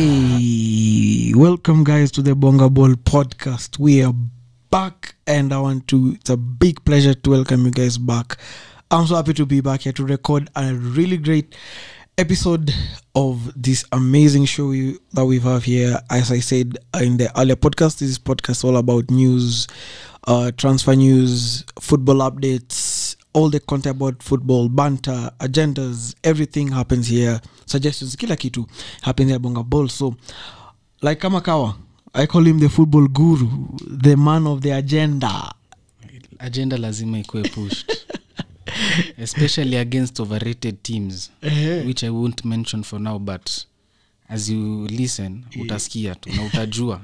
Hey, welcome guys to the Bonga Ball podcast. We are back, and I want to. It's a big pleasure to welcome you guys back. I'm so happy to be back here to record a really great episode of this amazing show you, that we have here. As I said in the earlier podcast, this podcast is all about news, uh, transfer news, football updates, all the content about football banter agendas everything happens here suggestions kila kitu happens here bonga ball so like kama kawa i call him the football guru the man of the agenda agenda lazima ikuwe pushed especially against overrated teams which i won't mention for now but as you listen utasikia tu na utajua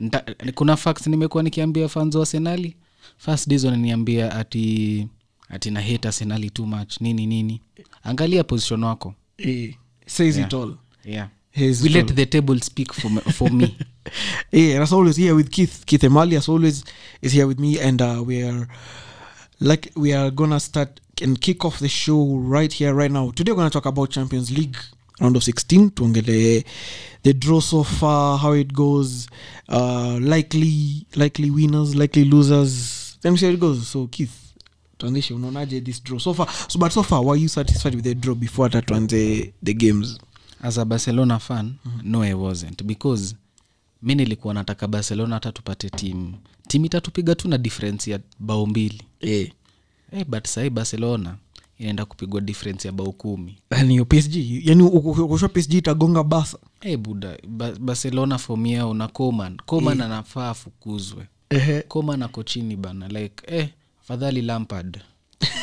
Nta, kuna facts nimekuwa nikiambia fans wa senali first days wananiambia ati ati na hate arsenali too much nini nini angalia position wako Eh, says it all yeah Says we it let the table speak for, me- for me yeah, and as always here with Keith. Keith Emali, as always, is here with me, and uh, we are like we are gonna start and kick off the show right here, right now. Today we're gonna talk about Champions League round of 16. Tuongele the draw so far, how it goes, uh, likely likely winners, likely losers. Let me see how it goes. So Keith, tuanzishe unaonaje this draw so far? So but so far, were you satisfied with the draw before hata tuanze the games? as a barcelona fan mm-hmm. no i wasn't because mi nilikuwa nataka barcelona hata tupate timu timu itatupiga tu na difference ya bao mbili Yeah. hey, but sahii barcelona inaenda kupigwa difference ya bao kumi Yani yo PSG, Yaani yani ukosha PSG itagonga basa. hey, Eh, buda ba- barcelona fomiao na coman coman anafaa afukuzwe coman ako chini bana like eh, afadhali lampard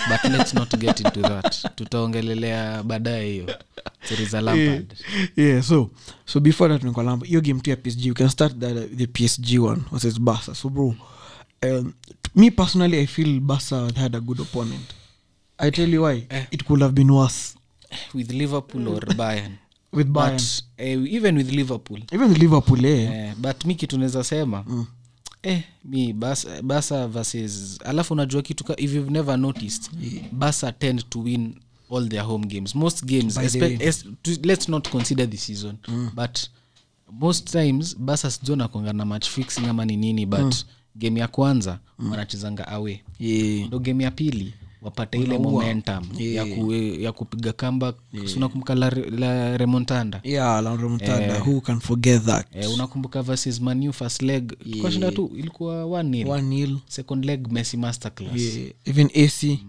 but let's not get into that tutaongelelea baadaye hiyo stori za lampard Eh, yeah so so before that nikwa lamba hiyo game tu ya psg you can start the, the psg one versus basa so bro um, t- me personally i feel basa had a good opponent i tell you why Eh. it could have been worse with liverpool or bayern with bayern but eh, even with liverpool even liverpool eh, eh, but mi kitu naweza sema mm. eh, mi basa, basa versus alafu unajua kitu ka, if you've never noticed basa tend to win all their home games most games the espe- es, to, let's not consider the season mm. but most times basa sijua nakonga na match fixing ama ni nini but mm. game ya kwanza mm. wanachezanga awe yeah. ndo game ya pili wapate ile momentum yeah. ya, ku, ya kupiga comeback yeah. sunakumbuka la, re- la remontanda yeah la remontada who can forget that eh, unakumbuka versus manu first leg yeah. shinda tu ilikuwa 1-0. one nil second leg messi masterclass yeah. yeah. even ac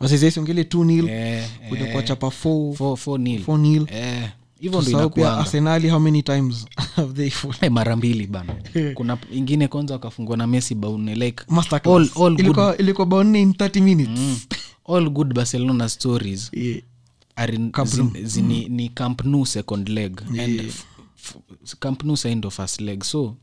versus ac ungele two nil Mm. eh, kuja kuwachapa four four- four nil. four nil eh, hivyo ndo Sahau pia inakuwa arsenali how many times have they fought Eh, mara mbili bana kuna ingine kwanza wakafungua na messi baune like Masterclass. all, all, good, Mm. ilikuwa ilikuwa bao nne in 30 minutes all good barcelona stories yeah. are in, zi, zi, ni, Mm. ni camp nou second leg and f, f, camp nou saindo first leg so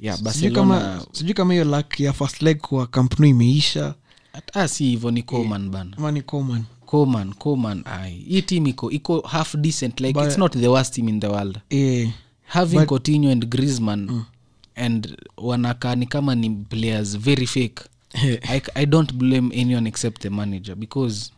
yeah, sijui barcelona kama sijui kama hiyo lak ya first leg kwa kampuni imeisha hata ah, si hivyo ni coman bana ama ni coman coman coman ai hii team iko iko half decent like it's not the worst team in the world yeah. having Coutinho and griezmann Mm. and wanakaa ni kama ni players very fake I, i don't blame anyone except the manager because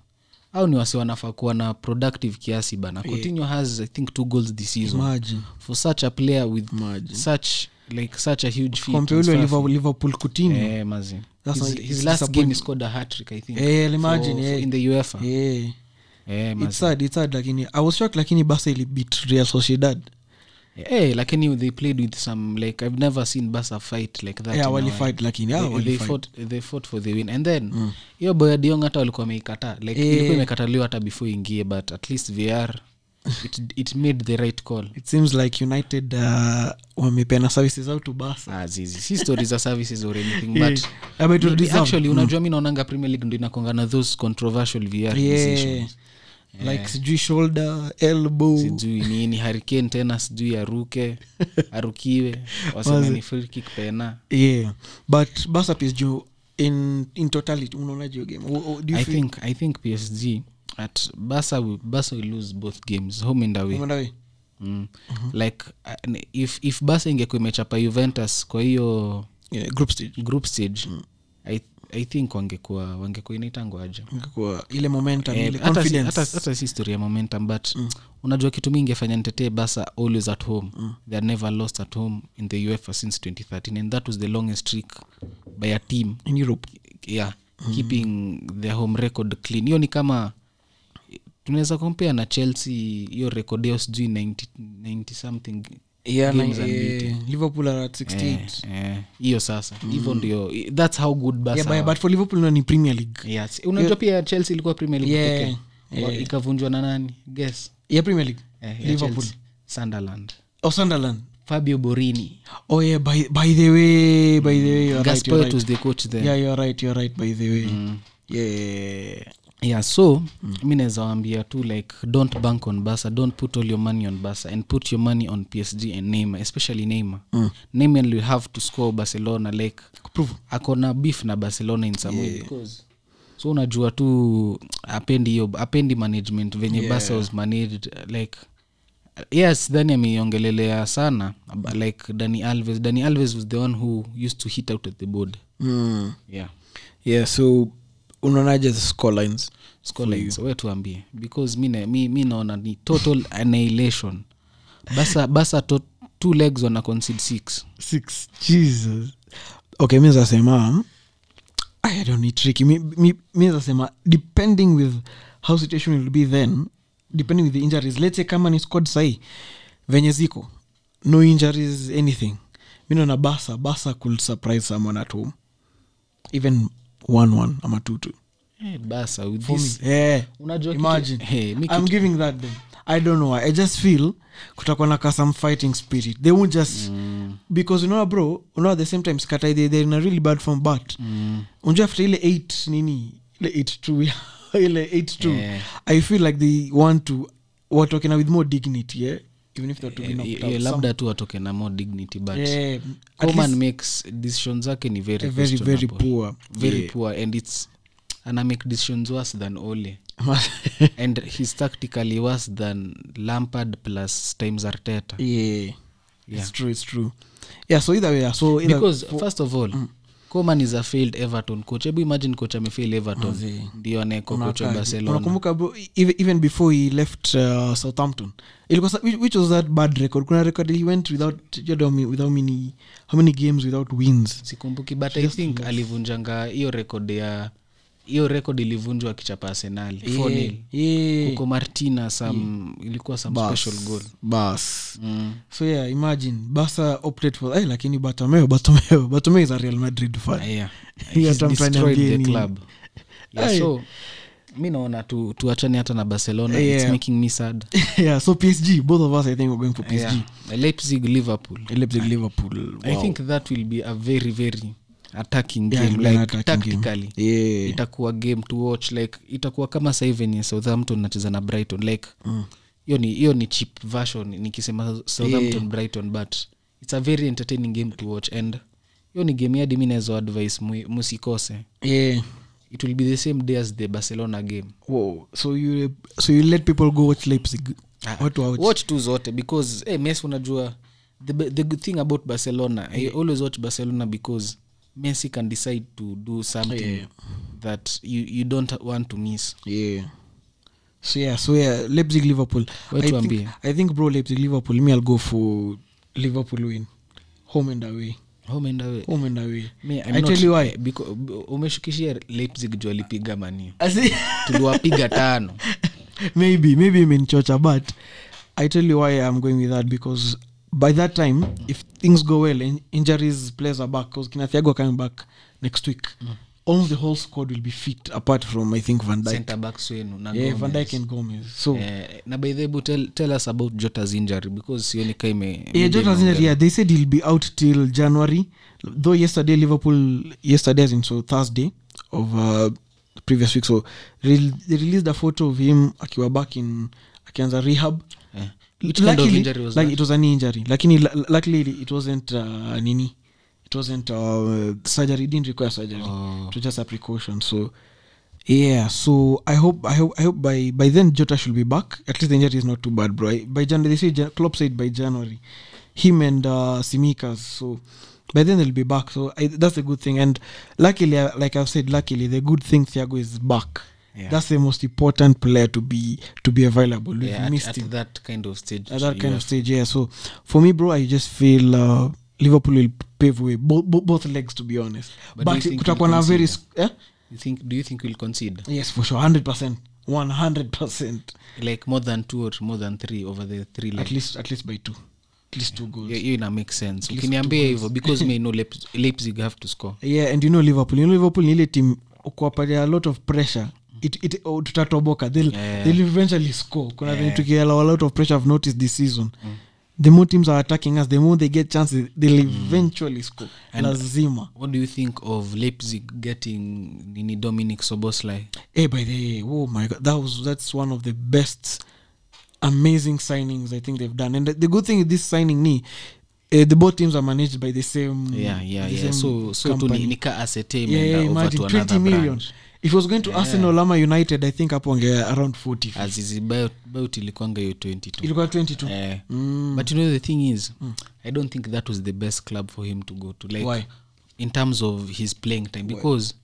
au ni wasi wanafaa kuwa na productive kiasi bana Coutinho has i think two goals this season imagine for such a player with such like such a huge fee compare ule liverpool, liverpool coutinho yeah. eh, mazi That's his, why his last game he scored a hat-trick i think Eh, imagine, for, for eh. in the uefa Yeah. eh, mazi. It's sad, it's sad, lakini i was shocked lakini basa ilibit real sociedad hey, lakini they played with some like i've never seen basa fight like that yeah, in a while. walifight lakini yeah, They- they, walifight. fought, they fought for the win and then hiyo mm. boyadiong hata walikuwa wameikataa like Eh. ilikuwa imekataliwa hata before ingie but at least vr it, it made the right call it seems like united uh, wamepeana services au to basa Ah, zizi si story za services or anything but Yeah, Eh, but it Maybe deserve. Mm. actually unajua mi naonanga premier league ndo inakongana those controversial vr yeah. decisions like sijui shoulder elbow Eh. sijui nini harikane tena sijui aruke arukiwe wasema ni free kick pena yeah but basa psg in in totality unaonaje hiyo game O- o- do you I feel think I think PSG at Barca will, Barca will lose both games home and away. umeona we? Mm. Mhm. Like uh, n- if if Barca ingekuwa imechapa Juventus kwa hiyo Yeah, group stage group stage I i think wangekuwa wangekuwa inaitangwa aje Ingekuwa ile momentum Eh, ile hata si- confidence Mm. hata hata si story ya momentum but unajua kitu mingi afanya nitetee basa always at home Mm. they are never lost at home in the uefa since 2013 and that was the longest streak by a team in europe yeah Mm. keeping their home record clean hiyo ni kama tunaweza kompea na chelsea hiyo rekod yao sijui 90 90 something yeah, games na, unbeaten. eh, liverpool are at 68 Eh, hiyo sasa hivyo ndio i- thats how good Mm. yeah, basa but, but for liverpool no, ni premier league yeah, si- unajua pia chelsea ilikuwa premier league Yeah, pekee. Wa- ikavunjwa na nani guess yeah premier league eh, ya liverpool Chelsea. sunderland oh sunderland fabio borini oh yeah by, by the way by the way you're right, gasper you're right. was the coach there Mm. yeah you're right you're right by the way yeah yeah so mm. mi naweza waambia tu like don't bank on basa don't put all your money on basa and put your money on psg and neymar especially neymar mm. neymar will have to score barcelona like prove akona beef na barcelona in some way because so unajua tu apendi hiyo apendi management venye yeah. basa was managed uh, like uh, yes dhani ameiongelelea sana but like dani alves dani alves was the one who used to hit out at the board mm. yeah yeah so unaonaje the score lines Scholars, we tuambie because mi na- mi mi naona ni total annihilation basa basa to, two legs wana concede six six jesus okay mi zasema I don't need tricky mi, mi, mi zasema depending with how situation will be then depending with the injuries let's say kama ni squad sahi venye ziko no injuries anything mi naona basa basa could surprise someone at home even one one ama two two Eh, hey, basa with For this, me. Yeah. unajua kitu- Imagine. Hey, mi I'm giving that them. I don't know why. I just feel kutakuwa na ka some fighting spirit. They won't just Mm. because unaona bro, unaona at the same time Skatai they they're in a really bad form but Mm. unajua after ile 8 nini ile 8 2 ya- ile 8 2 Yeah. I feel like they want to watoke na with more dignity yeah even if they're to be Eh, knocked eh, out. labda tu watoke na more dignity but Yeah. At Coman least makes decisions zake ni very they're very very questionable. poor. very poor and its ana make decisions worse than ole Yeah. and he's tactically worse than lampard plus times arteta yeah. It's true, it's true. Yeah, so either way, yeah, so either because first of all Mm. coman is a failed everton coach hebu imagine coach amefail everton ndio anaekwa coach wa barcelona Mm. unakumbuka bro, even, even before he left uh, southampton ilikuwa sa- which, which was that bad record kuna record he went without you know, mi- without many, how many games without wins sikumbuki but i think alivunjanga hiyo rekod ya hiyo rekod ilivunjwa akichapa arsenal Eh, yeah. Yeah. huko martina some ilikuwa some special goal bas mm. so yeah imagine basa opted for eh, lakini batomeo batomeo batomeo is a real madrid fan Ah, yeah. Hiyo He's hata mtu destroyed aniambie the nini. club yeah, Aye. so mi naona tu, tuachane hata na barcelona Yeah. it's making me sad yeah so psg both of us i think we're going for psg yeah. Eh, leipzig liverpool leipzig liverpool i think that will be a very very attacking Yeah, it'll game be an like attacking tactically yeah itakuwa game to watch like itakuwa kama sahii venye southampton nacheza na brighton like Mm. hiyo ni hiyo ni cheap version nikisema southampton brighton but it's a very entertaining game to watch and hiyo ni game yadi mi naezo advice mu- musikose yeah it will be the same day as the barcelona game Whoa. so you so you let people go watch leipzig watu wa Ah, watch tu zote because hey, mes unajua the, be- the good thing about barcelona i always watch barcelona because messi can decide to do something that you, you don't want to miss yeah so yeah so yeah leipzig liverpool Wewe I tuambie. think, i think bro leipzig liverpool me i'll go for liverpool win home and away home and away home and away Me, I'm i not- tell you why beco- b- umeshukishia leipzig juu alipiga mani I see- tuliwapiga tano maybe maybe i'm in chocha but i tell you why i'm going with that because by that time if things go well and injuries players are back because kinathiago are coming back next week Mm. almost the whole squad will be fit apart from i think van dyke center backs wenu na yeah, van Gomez. dyke and gomez so Eh, na by the way, bu- tell, tell us about jota's injury because sioni ka ime yeah, Jota Zinner, Eh, yeah, they said he'll be out till January. Though yesterday Liverpool, yesterday as in so Thursday of uh, the previous week, so re- they released a photo of him akiwa back in akianza rehab. Eh, which kind of Luckily- injury was like that? it was an injury, lakini lu- luckily it wasn't uh, nini, it wasn't uh, surgery. It didn't require surgery. Oh. It was just a precaution. So yeah, so I hope I hope I hope by by then Jota should be back. At least the injury is not too bad, bro. I- By January they say Jan- Klopp said by January, him and uh, Simikas. So by then they'll be back so I, that's a good thing and luckily uh, like i've said luckily the good thing thiago is back Yeah. that's the most important player to be to be available we've yeah, missed at, him at that kind of stage at that you kind have- of stage yeah so for me bro i just feel uh, liverpool will pave way bo- bo- both legs to be honest But but, do you think kutakuwa we'll na very concede? s- eh? you think do you think we'll concede yes for sure 100% 100% like more than two or more than three over the three at legs least at least by two at least two goals hiyo hiyo ina make sense ukiniambia hivyo because may know Leip- leipzig have to score yeah and you know liverpool you know liverpool ni ile team kuwapatia a lot of pressure it, it, oh, tutatoboka they'll, Mm. Yeah. they'll eventually score kuna venye tukiallow a lot of pressure i've noticed this season Mm. the more teams are attacking us the more they get chances they'll Mm. eventually score lazima what do you think of leipzig getting nini dominic soboslai hey by the way oh my god that was that's one of the best amazing signings i think they've done and the, the good thing with this signing ni uh, the both teams are managed by the same yeah yeah the same yeah so so tu company. ni- ni ka asset yeah, imeenda yeah, uh, over imagine to another 20 million branch if it was going to arsenal ama united i think hapo ongea around 40 azizi Bayot- Bayot ilikwanga hiyo 22 ilikuwa Mm. 22 Eh, but you know the thing is i don't think that was the best club for him to go to like Why? in terms of his playing time because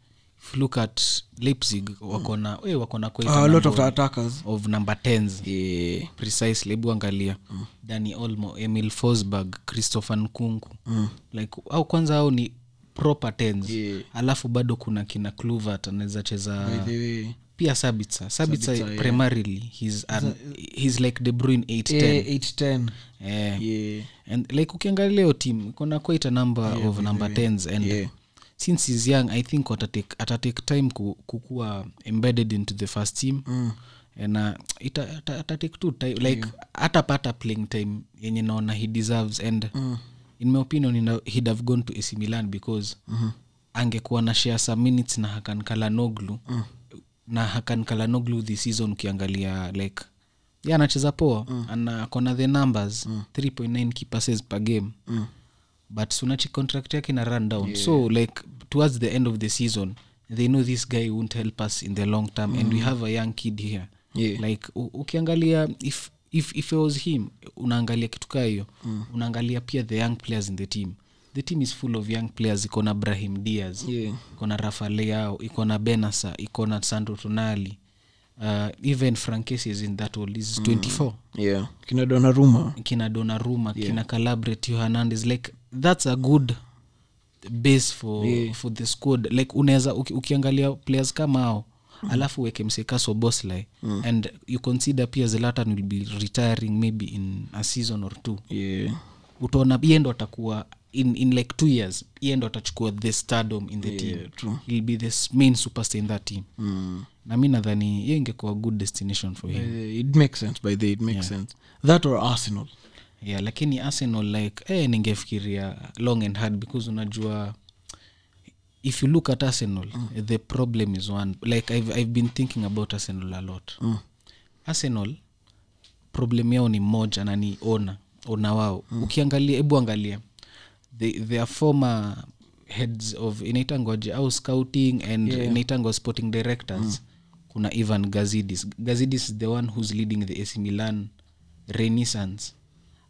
if you look at leipzig wakona mm. wakona quite uh, a lot of Mm. number the attackers of number 10s Eh, precisely hebu angalia dani olmo emil forsberg christopher nkunku Mm. like au kwanza au ni proper tens Yeah. alafu bado kuna kina cluvert anaweza cheza Eh. By the way, pia sabitsa sabitsa Sabitzer, primarily he's, an, he's like the bruin 810 eh, 810 Eh, yeah and like ukiangalia hiyo team kuna quite a number yeah, of number 10s and Yeah. since he's young i think atatake, atatake time ku, kukuwa embedded into the first team mm. and uh, ita- ata- atatake tu time like atapata playing time yenye naona he deserves and mm. in my opinion ina- he'd have gone to ac milan because mm-hmm. angekuwa na share some minutes na hakan kalanoglu mm. na hakan kalanoglu this season ukiangalia like ya anacheza poa mm. anakona the numbers mm. 3.9 key passes per game mm but sunachi contract yake na run down yeah. so like towards the end of the season they know this guy won't help us in the long term mm. and we have a young kid here Yeah. like u- ukiangalia if if if it was him unaangalia kitu kaa hiyo mm. unaangalia pia the young players in the team the team is full of young players iko na brahim diaz Yeah. iko na rafa leao iko na benasa iko na sandro tonali uh, even frankesi is in that old is 24 yeah kina Donnarumma. kina donaruma yeah. kina calabret hernandez like that's a good base for, yeah. for the squad like unaweza uki, ukiangalia players kama hao mm. alafu uweke msekaso bosley mm. and you consider pia zelatan will be retiring maybe in a season or two yeah utaona yeye ndo atakuwa in, in like two years yeye ndo atachukua the stardom in the yeah, team true. he'll be the s- main superstar in that team mm. na mi nadhani hiyo ingekuwa good destination for him Eh, it makes sense by the it makes sense that or arsenal yeah lakini arsenal like eh, ningefikiria long and hard because unajua if you look at arsenal mm. the problem is one like I've, i've been thinking about arsenal a lot mm. arsenal problem yao ni moja na ni ona ona wao mm. ukiangalia hebu angalia the, their former heads of inaitangoje au scouting and yeah. inaitangwa sporting directors mm. kuna ivan gazidis gazidis is the one who's leading the ac milan renaissance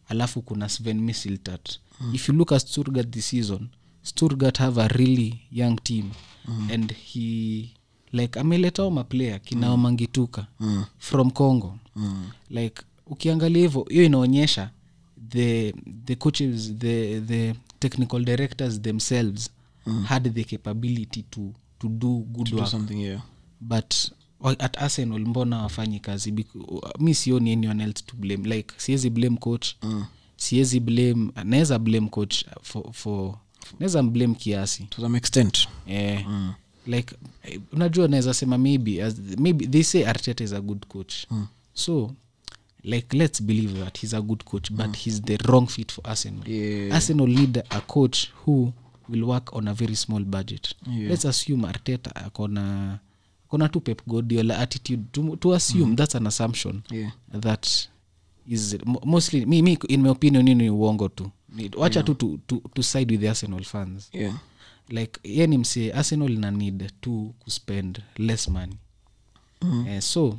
alafu kuna sven misiltat mm. if you look at sturgat this season sturgat have a really young team mm. and he like ameletao maplayer kinaomangituka mm. from congo mm. like ukiangalia hivyo hiyo inaonyesha the the coaches the the technical directors themselves mm. had the capability to to do good do work something yeah but wa- at arsenal mbona wafanyi kazi Bec- uh, mi sioni anyone else to blame like siwezi blame coach mm. siwezi blame naweza blame coach for, for naweza blame kiasi to some extent yeah. mm. like eh, unajua naweza sema maybe as, maybe they say arteta is a good coach mm. so like let's believe that he's a good coach but he's the wrong fit for arsenal Mm. Yeah. arsenal need a coach who will work on a very small budget Yeah. let's assume arteta akona akona tu pep guardiola attitude to, to assume mm. that's an assumption Mm-hmm. Yeah. that is mo- mostly me, me in my opinion ini ni uongo tu Ni- wacha tu to, to, to side with the arsenal fans yeah like ye ni msee arsenal ina need tu kuspend less money mm. eh, so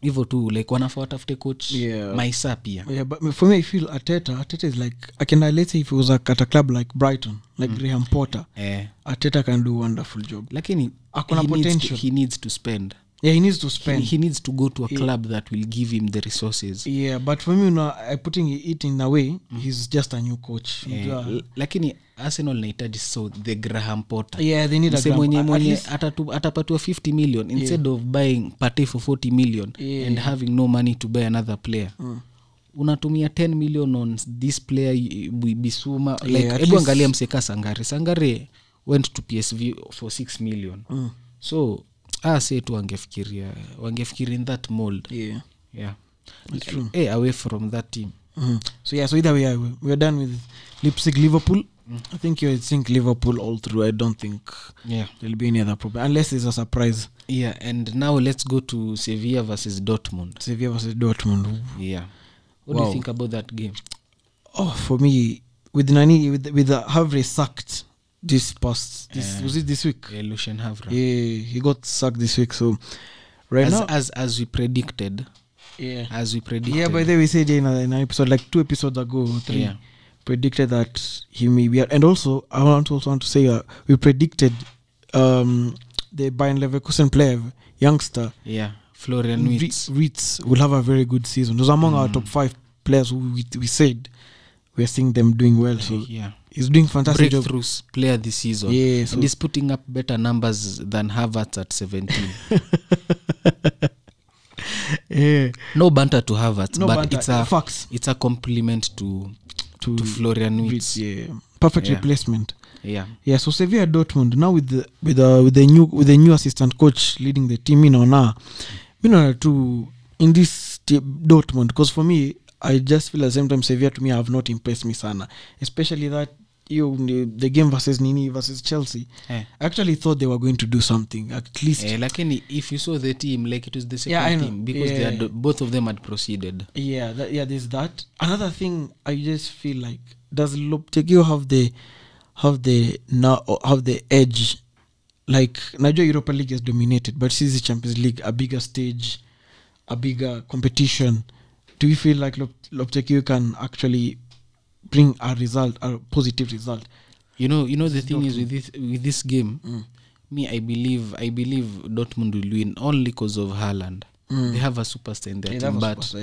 hivyo tu like wanafaa watafute coach Yeah. maisa pia Oh, Yeah, but for me, I feel Ateta. Ateta is like, I can let's say if it was a, at a club like Brighton, like Mm. Graham Potter, eh, Ateta can do wonderful job. lakini Ako na he needs, to, potential. he needs to spend Yeah, he needs to he, spend. he needs to go to a club that will give him the resources yeah, but for me, you know, I putting it in a way, he's just a new coach. Mm. eh, Yeah, l- lakini arsenal nahitaji so the graham potter yeah they need a Mse Graham- mwenye at mwenye least- atatu- atapatiwa 50 million instead of buying pate for 40 million Yeah. Mm. and having no money to buy another player unatumia 10 million on this player y- b- bisuma like, at hebu least- angalia mseka sangare sangare went to psv for 6 million mm. so ase tu wangefikiria wangefikiria in that mold Yeah. yeah. hey, away from that team Mhm. So yeah, so either way, I- we're done with Leipzig, Liverpool. Mm. I think you think Liverpool all through. I don't think yeah there'll be any other problem unless there's a surprise. yeah and now let's go to sevilla versus dortmund Sevilla versus Dortmund. yeah what do you think about that game Oh, for me, with Nani, with with uh, Havre sacked this past this was it this week? Yeah, Lucien Havra. Yeah. he got sacked this week. So right As, now, as as we predicted, yeah, as we predicted. yeah. By the way, we said in, a, in an episode like two episodes ago, or three. Yeah. Predicted that he may be, and also I want to also want to say uh, we predicted um, the Bayern Leverkusen player, youngster yeah, Florian Ri- Wirtz. Ritz will have a very good season. Those among Mm. our top five players who we, we said we're seeing them doing well. So Yeah, he's doing fantastic job. breakthroughs player this season. Yeah, so and he's putting up better numbers than Havertz at 17. yeah. no banter to Havertz, no but banter, it's a facts it's a compliment to to, to Florian Ritz. Wirtz. Yeah, perfect Yeah. replacement. Yeah. Yeah, so Sevilla Dortmund now with the with the with the new with the new assistant coach leading the team in honor. You know, to in this t- Dortmund because for me I just feel at the same time Sevilla to me have not impressed me sana, especially that you the game versus Nini versus Chelsea. Eh. I actually thought they were going to do something at least. Eh, lakini if you saw the team like it was the second Yeah, I know. team because they Yeah. had both of them had proceeded. Yeah, that, yeah, there's that. Another thing, I just feel like does Lopetegui have the have the now have the edge? Like najua Europa League is dominated, but since the Champions League, a bigger stage, a bigger competition, do you feel like Lop- Lopetegui can actually bring a result, a positive result? you know you know the thing is with this with this game Mm. me i believe i believe dortmund will win only because of Haaland. Mm. they have a superstar in their team but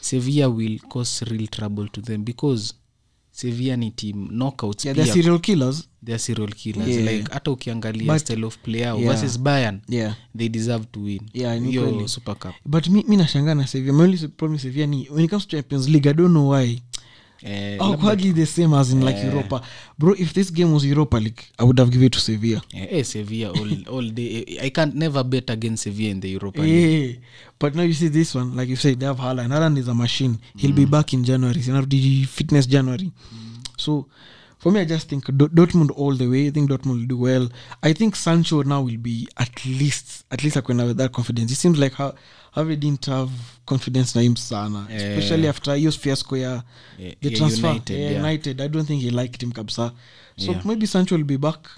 sevilla will cause real trouble to them because sevilla ni team knockouts yeah, yeah, they're pia serial killers. they're serial killers Yeah. like hata ukiangalia But- style of player Yeah. versus bayern Yeah. they deserve to win Yeah, ni kweli. hiyo super cup But mi, mi nashangaa na Sevilla. My only problem with Sevilla ni when it comes to Champions League, I don't know why. eh, Oh, hardly the same as in like Europa, bro. If this game was Europa League, I would have given it to Sevilla. eh, eh, sevilla all, all day Eh, i can't never bet against sevilla in the Eh, europa League. Yeah, but now you see this one, like you said, they have Haaland. Haaland is a machine. He'll Mm. be back in January. So now the fitness January. So for me, I just think Dort- Dortmund all the way. I think Dortmund will do well. I think Sancho now will be at least at least Akwena with that confidence. It seems like how Harvey didn't have confidence na him sana, especially after hiyo fiasco ya Yeah, the Eh. yeah, transfer Eh, United, yeah, yeah. United. I don't think he liked him kabisa. So maybe Sancho will be back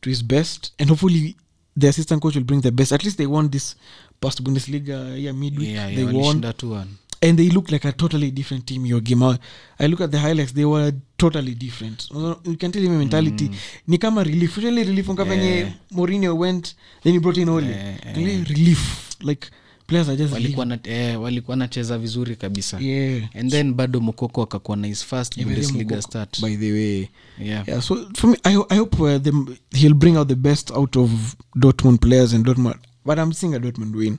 to his best, and hopefully the assistant coach will bring the best. At least they won this past Bundesliga yeah midweek. yeah, yeah, they won, walishinda 2-1. and they look like a totally different team. Your game. I- I look at the highlights; they were totally different. You can tell him mentality. Mm. Ni kama relief, really relief. Yeah. venye Mourinho went, then he brought in Ole. Really relief, like players are just walikuwa na- eh, walikuwa nacheza vizuri kabisa yeah. and then bado mokoko akakuwa na his first bundesliga Mokoko, start By the way, yeah. Yeah, so for me, I, ho- I hope uh, them, he'll bring out the best out of Dortmund players and Dortmund. But I'm seeing a Dortmund win,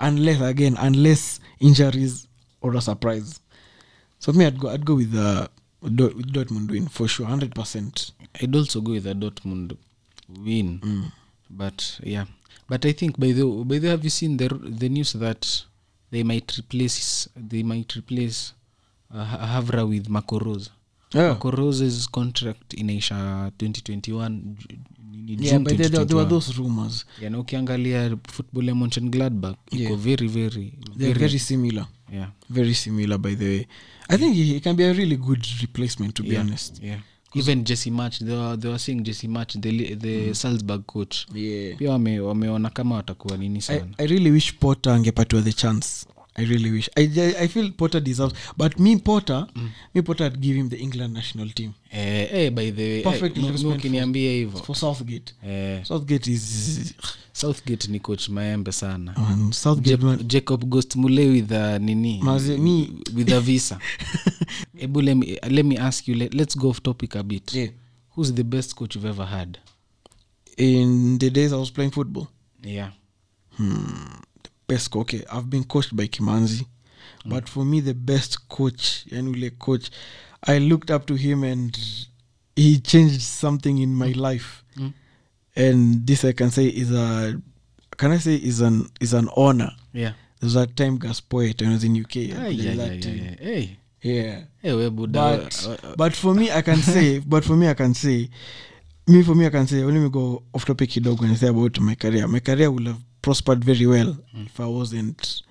unless again, unless injuries or a surprise. So for me, I'd go, I'd go with uh, Dor- with Dortmund win for sure, hundred percent. i'd also go with a dortmund win Mm. but yeah but i think by the, by the have you seen the, the news that they might replace they might replace uh, Ha- havra with macoroz Yeah, macoroz's contract inaisha 2021 Ju- ni yeah, June but there, there, there were 2021. those rumors. Yeah, na ukiangalia football ya monchen gladbach iko very very They're very similar, yeah very similar. By the way, I think he, he can be a really good replacement. To be honest, yeah even jesse match they were, they were saying jesse match the, li- the mm. salzburg coach Mm-hmm. yeah. Eh, pia wame- wameona kama watakuwa nini I, sana i really wish potter angepatiwa the chance i really wish i, I, I feel potter deserves but me potter mm. me potter I'd give him the england national team eh, eh, by the way Perfect eh, mi- mi replacement ukiniambia hivo for southgate eh, southgate is southgate ni coach maembe sana um, southgate Jep- man, jacob ghost mule with a nini Maze- me with a visa ebu let me, let me ask you let, let's go off topic a bit Yeah. who's the best coach you've ever had in the days i was playing football yeah best co- okay i've been coached by kimanzi mm. but for me the best coach yani ule coach i looked up to him and he changed something in my life mm. and this i can say is a can i say is an is an honor yeah there's that time gaspoet when i was in uk I Ay, played yeah, that yeah, yeah, team. yeah. Hey, yeah hey, we buda but but for me i can say but for me i can say me for me i can say let me go off topic kidogo and say about my career my career would have prospered very well if i wasn't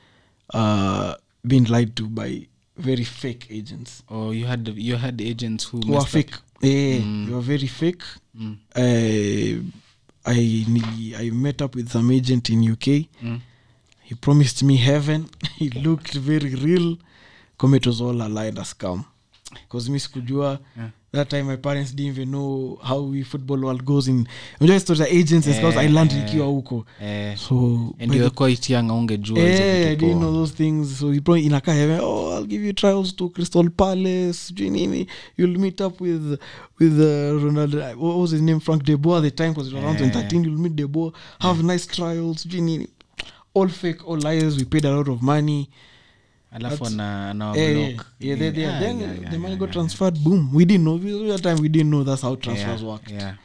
uh being lied to by very fake agents or Oh, you had you had agents who who are messed up. fake yeah you are very fake Mm. uh, i nili- i met up with some agent in uk Mm. he promised me heaven he looked very real come it was all a lie and a scam because mi sikujua Yeah. that time my parents didn't even know how we football world goes in unajua stories za agents and scouts i learned nikiwa huko Eh, so and by the- you were quite young aungejua hizo Eh, I vitu didn't poa. know those things so he probably inakaa hivi, oh i'll give you trials to crystal palace sijui nini you'll meet up with with uh, ronald what was his name frank deboa at the time because it Eh. was around 2013 you'll meet deboa have nice trials sijui nini all fake all liars we paid a lot of money alafu ana- ana Eh, wablock. yeah, they, they, Ah, then Oh, yeah, yeah, the money yeah, got yeah. transferred boom we didn't know we, that time we didn't know that's how transfers Yeah, worked yeah.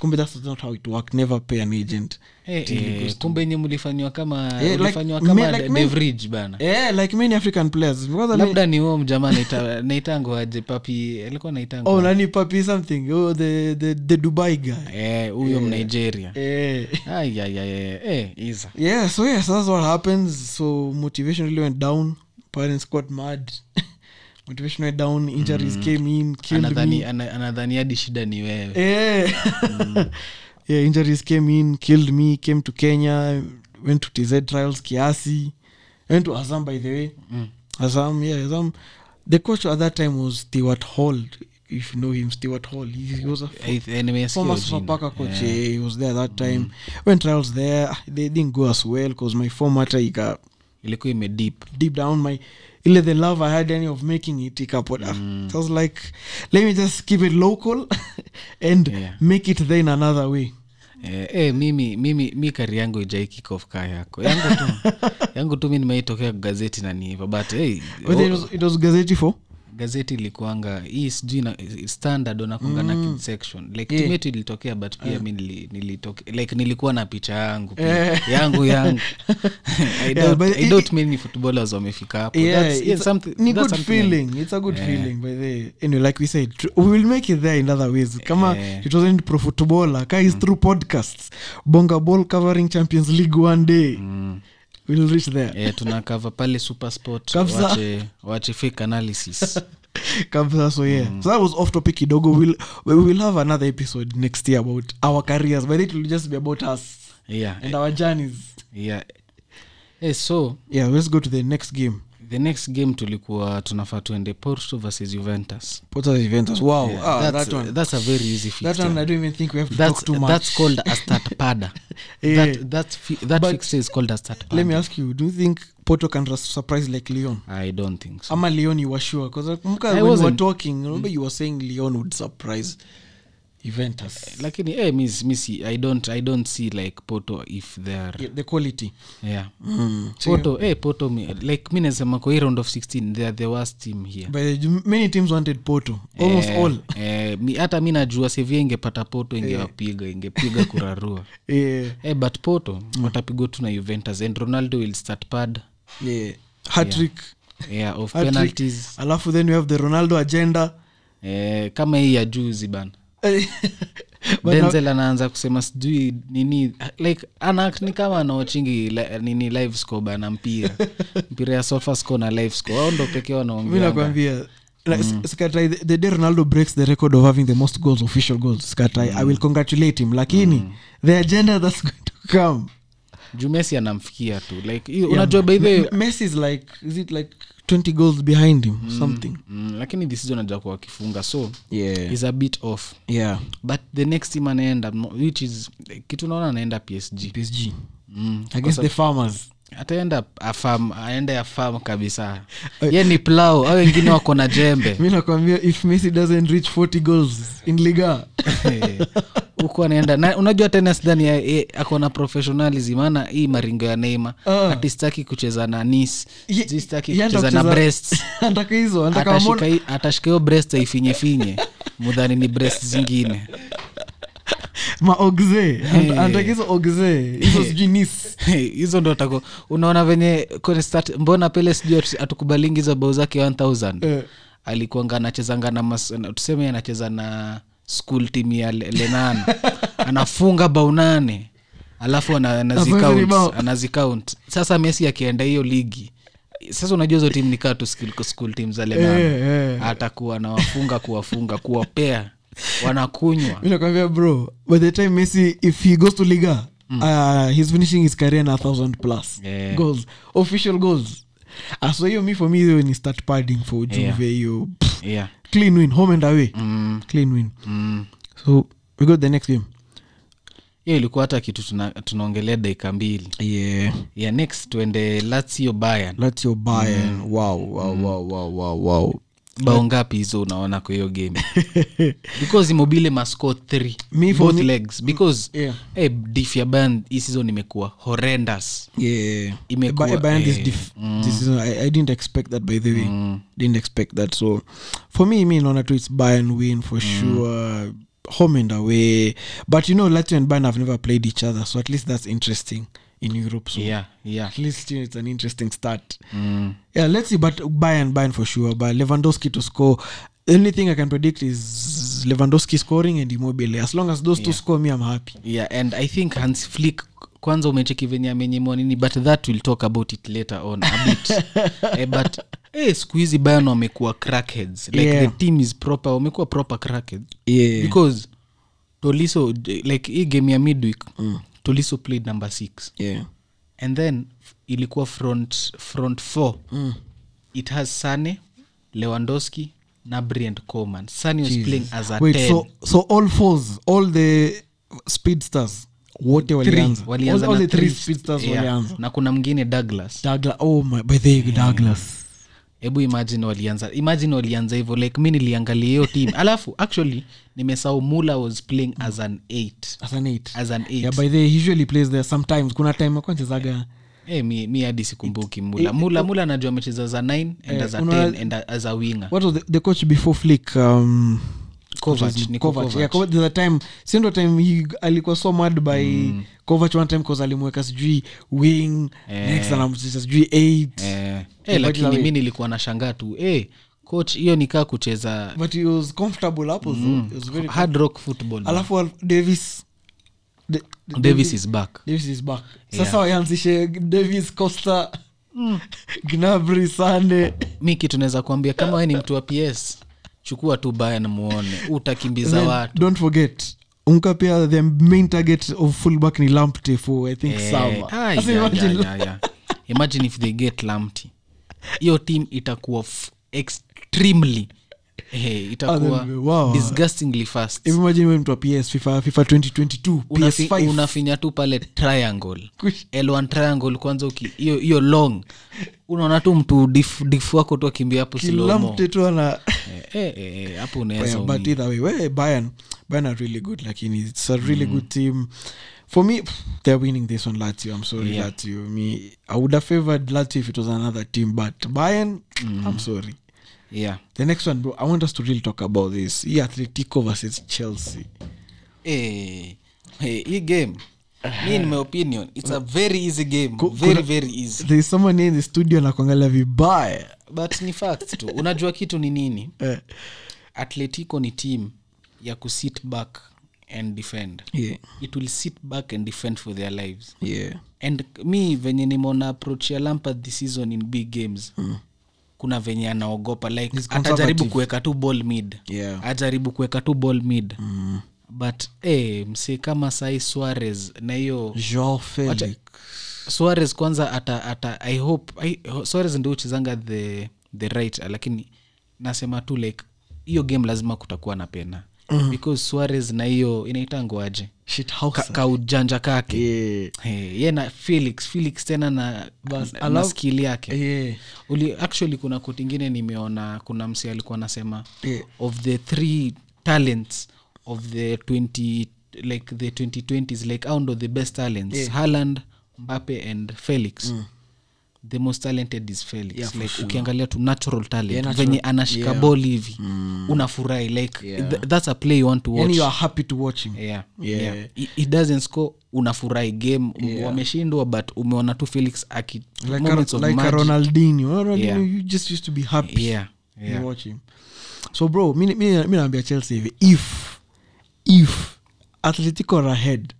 kumbe that's not how it worked never pay an agent Eh, eh, kumbe nye mlifanywa kama Yeah, Eh, like- ulifanywa me- kama like De- me- Eh, beverage bana yeah like many african players because I mean- labda ni huo mjamaa naita- naitango aje papi alikuwa naitango oh nani papi something oh the the, the dubai guy Eh, huyo mnigeria eh. Ai, ai, ai, ai, eh, isa yeah so yes that's what happens so motivation really went down parents got mad motivation went down injuries came in killed Mm. anadhani me ana- anadhani hadi shida ni wewe Eh. Mm. yeah injuries came in killed me came to kenya went to tz trials kiasi went to azam by the way Mm. azam yeah azam the coach at that time was stewart hall if you know him stewart hall he, he was a Eh, eh, nimesikia former jina. Sofapaka coach Eh, yeah. he was there that time when trials there ah, they didn't go as well because my format ika ilikuwa imedip deep down my ile the love i had any of making it ikapot mm. so i was like let me just keep it local and Yeah. make it there in another way eh, eh, mimi mimi mi kari yangu ijai kikofka yako yangu tu yangu tu mi nimeitokea gazeti naniiva but hey, oh, But it, was, it was gazeti for gazeti ilikuanga hii sijui na- standard wanakwanga na Mm. kid section like Eh. yeah. timetu ilitokea but pia mi nili, nilitoke, like nilikuwa na picha yangu pia. yangu yangu I Eh. Yeah, doubt, but I it- doubt many footballers wamefika hapo yeah, That's- yeah, it's something- a, ni that's good something I- feeling it's a good feeling by the anyway like we said tr- we will make it there in other ways kama it wasn't pro footballer ka Mm. is through podcasts bonga ball covering champions league one day Mm. we'll reach there eh, tunakava pale supersport Kabisa. wache, wache fake analysis kabisa so yeah Mm. so that was off topic kidogo we'll, we will have another episode next year about our careers by the way, it will just be about us yeah, and our journeys yeah. Eh, so yeah let's go to the next game the next game tulikuwa tunafaa tuende porto versus juventus Porto Juventus wow ah, that's, that one that's a very easy fixture. that one I don't even think we have to that's, talk too much that's called a start pada Yeah. that, that, fi- that fixture is called a start let pada me ask you do you think Porto can ras- surprise like Leon i don't think so ama Leon you were sure because kumbuka when we were wasn't. talking remember you were saying Leon would surprise Juventus lakini eh, mi si- mi si- i don't i don't see like poto if theyare yeah, the quality yeah. mm. poto eh, poto mi, like mi nasema kwa hii round of 16 they are the worst team here but the, many teams wanted Porto almost Eh, all Eh. eh, mi, hata mi najua sevia ingepata poto ingewapiga ingepiga kurarua yeah eh, but poto watapigwa tu na juventus and ronaldo will start pad yeah. hatrick yeah, of Hat-trick. penalties alafu then you have the ronaldo agenda eh, kama hii ya juzi bana But denzel anaanza kusema sijui nini like anakni kama anaochingi li- nini live score bana mpira mpira ya sofa score na live score ao ndo pekee mi wanaongea nakwambia Like, mm. Skatai, the, the day Ronaldo breaks the record of having the most goals, official goals, Skatai, Mm. I will congratulate him. Lakini, the agenda that's going to come. juu messi anamfikia tu like hiyo- unajua by the way, M- Messi is like, is it like 20 goals behind him? Mm. Something. mm, lakini this season anajua kuwa akifunga so Yeah. is a bit off Yeah. but the next team anaenda mo- which is kitu naona anaenda psg PSG. mm. Against the farmers. ataenda afam aende afam kabisa ye ni plau au wengine wako na jembe mi nakwambia if messi doesn't reach 40 goals in liga Eh, huku anaenda na unajua tena sidhani ya- eh, ako na professionalism maana hii maringo ya neima Ah. atistaki kucheza na nis Ye- sitaki ye anda kucheza na kucheza- breast Anataka hizo anataka atashika wamona hii- atashika hiyo breast aifinyefinye mudhani ni breast zingine maogze Hey. anataka hizo ogze hizo sijui nis hizo ndo tako unaona venye kwenye start mbona pele sijui atu- atukubalingi hizo bao zake 1000 Eh. alikuanga anachezanga na mas, na- tuseme anacheza na school team ya Le- lenan anafunga bao nane alafu ana- Afanye ribao. anazicount anazicount sasa messi akienda hiyo ligi sasa unajua hizo timu nikaa tu skill- school team za lenan Eh, eh. atakuwa nawafunga kuwafunga kuwapea wanakunywa mi nakwambia bro by the time messi if he goes to liga mm. uh, he's finishing his career na 1000 plus Yeah. goals official goals Ah, so hiyo mi for me hiyo ni start padding for juve Yeah. hiyo Pff, yeah. clean win home and away mm, clean win mm. so we got the next game hiyo ilikuwa hata kitu tuna- tunaongelea dakika mbili yeah yeah, next tuende lazio bayan let your bayern Mm. wow wow wow wow wow wow bao ngapi hizo unaona kwa hiyo game because imobile masco Me for me- legs because yeah. hey, dif ya bayan hii season imekuwa horrendous yeah Imekuwa, Ba- Bayern this eh, Mm. def- this season, I, I didn't expect that by the way didn't expect that so for me me naona tu it's Bayern win for Mm. sure home and away but you know Lazio and Bayern have never played each other so at least that's interesting in Europe so yeah, yeah. at least you know, it's an interesting start Mm. yeah let's see but Bayern Bayern for sure but Lewandowski to score the only thing I can predict is Lewandowski scoring and Immobile as long as those two score me I'm happy yeah and i think hans flick kwanza umecheki venye amenyimwa nini but that will talk about it later on a bit eh, but eh, siku hizi bayan wamekuwa crackheads like Yeah. the team is proper wamekuwa proper crackheads yeah because toliso like hii game ya midweek Mm. toliso played number six yeah and then f- ilikuwa front front four mm. it has sane lewandowski nabri and coman sane was playing as a Wait, 10 so, so all fours all the speedsters wote walianza walianza all, all na the three three. speedsters Yeah. walianza na kuna mngine douglas Douglas, oh my by the way, Douglas hebu imagine walianza imagine walianza hivyo like mi niliangalia hiyo team alafu actually nimesahau mula was playing as an 8 as an eight. as an 8 Yeah, by the way, he usually plays there sometimes kuna time akuwa anchezaga Eh, mi mi hadi sikumbuki mula mula mula anajua amecheza za 9 and as a Eh, una- 10 and a- as a winger what was the, the coach before flick um, Kovac, Kovac, Niko Kovac. yeah, Kovac, there's a time si ndo time he alikuwa so mad by Mm. Kovac one time 'cause alimweka sijui wing next anamcheza sijui eight Eh, But eh, lakini like- mi nilikuwa na shangaa tu eh, coach hiyo nikaa kucheza but he was comfortable hapo so Mm. it was very hard rock football Mm. alafu Al- davis Da- Da- Oh, davis is back davis is back sasa waanzishe davis costa gnabry sande mi kitu naweza kuambia kama we ni mtu wa ps chukua tu baya na muone utakimbiza watu don't forget unka pia the main target of fullback ni lampte for i think Eh, summer. ah, Sasa yeah, imagine- yeah, yeah, yeah. imagine if they get lamti hiyo team itakuwa f- extremely eh, itakuwa Ah, then, wow. disgustingly fast Hebu imagine we mtu wa ps fifa fifa 2022 Unafi- ps5 unafinya tu pale triangle Kush- l1 triangle kwanza uki- hiyo hiyo long unaona tu mtu difu difu wako tu akimbia hapo slomo kilamte tu ana Eh, eh, eh, hapo unaweza Yeah, umi- but either way we bayern bayern are really good lakini it's a really Mm-hmm. good team for me pff, they're winning this one lazio i'm sorry Yeah. lazio me i would have favored lazio if it was another team but bayern Mm-hmm. i'm sorry yeah. the next one bro i want us to really talk about this hii atletico versus chelsea Eh, eh, hii game mi in my opinion it's a very easy game Ku- very kuna- very easy there's someone in the studio na kuangalia vibaya but ni fact tu unajua kitu ni nini Eh, atletico ni team ya kusit back and defend yeah, it will sit back and defend for their lives yeah. and mi venye nimeona approach ya lampard this season in big games mm. kuna venye anaogopa like Hmm. He's atajaribu conservative. kuweka tu ball mid Yeah. Hmm. atajaribu kuweka tu ball mid mm. but eh, msi kama sai suarez na hiyo Joao Felix. suarez kwanza ata, ata i hope I, suarez ndio uchezanga the, the right lakini nasema tu like hiyo game lazima kutakuwa na pena Hmm. mm. because suarez na hiyo inaitangwaje Shithauser. Ka- kaujanja kake Yeah. Hey, ye na felix felix tena na, na, na alafu- skill yake Yeah. Uli, actually kuna koti ingine nimeona kuna msi alikuwa anasema Yeah. of the three talents of the 20 like the 2020s like au ndo the best talents yeah. haland mbape and felix Eh. mm. the most talented is felix yeah, like sure. ukiangalia tu natural talent yeah, natural, venye anashika yeah. bol hivi mm. unafurahi like yeah. th- that's a play you want to watch Yani Yaani you are happy to watch him. yeah, Yeah. yeah. He, he doesn't score unafurahi game yeah. wameshindwa but umeona tu felix aki Like a, moments of like a magic. Ronaldinho. Ronaldinho, Yeah. you just used to be happy. yeah, yeah. You watch him. so bro mi mi- mi naambia chelsea hivi if if atletico are ahead